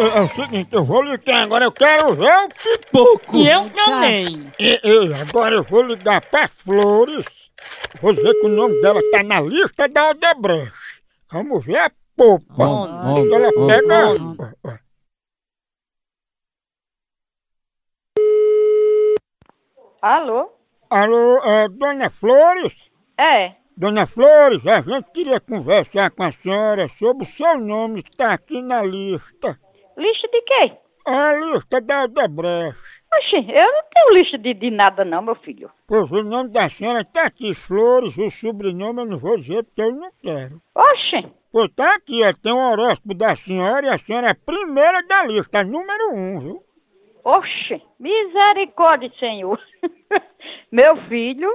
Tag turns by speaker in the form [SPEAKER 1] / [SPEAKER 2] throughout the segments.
[SPEAKER 1] é, é o seguinte, eu vou ligar agora, eu quero ver o
[SPEAKER 2] Pouco.
[SPEAKER 3] E eu também.
[SPEAKER 1] Ei, ei, agora eu vou ligar pra Flores. Vou ver que o nome dela tá na lista da Odebrecht. Vamos ver a popa.
[SPEAKER 3] Ó,
[SPEAKER 2] ó,
[SPEAKER 1] Quando ela
[SPEAKER 2] ó.
[SPEAKER 1] pega.
[SPEAKER 3] ó.
[SPEAKER 1] ó, ó.
[SPEAKER 4] Alô?
[SPEAKER 1] Alô, é, dona Flores?
[SPEAKER 4] É.
[SPEAKER 1] Dona Flores, a gente queria conversar com a senhora sobre o seu nome está aqui na lista.
[SPEAKER 4] Lixo de quê?
[SPEAKER 1] A lista da Odebrecht.
[SPEAKER 4] Oxi, eu não tenho lixo de, de nada não, meu filho.
[SPEAKER 1] Pois o nome da senhora está aqui, Flores, o sobrenome eu não vou dizer porque eu não quero.
[SPEAKER 4] Oxi,
[SPEAKER 1] Pois tá aqui, ó, tem um horóscopo da senhora e a senhora é a primeira da lista, a número um, viu?
[SPEAKER 4] oxi, misericórdia, senhor. meu filho?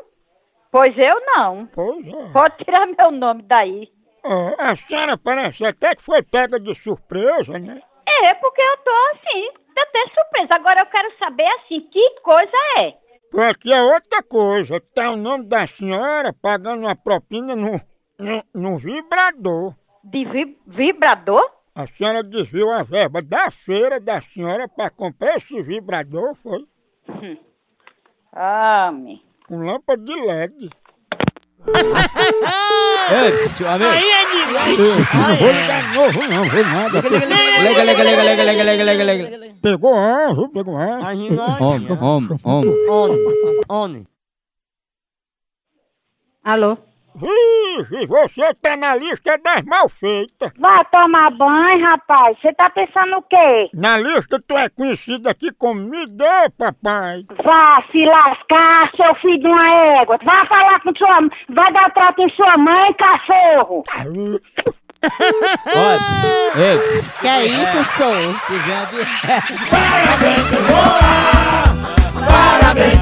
[SPEAKER 4] Pois eu não.
[SPEAKER 1] Pois é.
[SPEAKER 4] Pode tirar meu nome daí.
[SPEAKER 1] Ó, a senhora parece até que foi pega de surpresa, né?
[SPEAKER 4] É, porque eu tô assim, até surpresa. Agora eu quero saber assim, que coisa é?
[SPEAKER 1] Pois aqui é outra coisa, tá o nome da senhora pagando uma propina num, num, num vibrador.
[SPEAKER 4] De vi- vibrador?
[SPEAKER 1] A senhora desviou a verba da feira da senhora para comprar esse vibrador, foi?
[SPEAKER 4] Ah, me.
[SPEAKER 1] Com lâmpada de LED.
[SPEAKER 2] Antes, amém.
[SPEAKER 3] Aí é demais.
[SPEAKER 1] Não vou ligar de novo, não, vou nada.
[SPEAKER 2] Lega, lega, lega, lega, lega, lega, lega, lega.
[SPEAKER 1] Pegou anjo, pegou anjo.
[SPEAKER 2] Homem, homem, homem.
[SPEAKER 4] Alô?
[SPEAKER 1] Vixe, você tá na lista das mal feitas.
[SPEAKER 4] Vai tomar banho, rapaz. Você tá pensando o quê?
[SPEAKER 1] Na lista tu é conhecida aqui como me dê, papai.
[SPEAKER 4] Vá se lascar, seu filho de uma égua. Vá falar com sua mãe. Vai dar trato em sua mãe, cachorro.
[SPEAKER 1] Tá
[SPEAKER 2] Antes, antes.
[SPEAKER 5] Que é isso, senhor?
[SPEAKER 2] Que vem a de-
[SPEAKER 6] Parabéns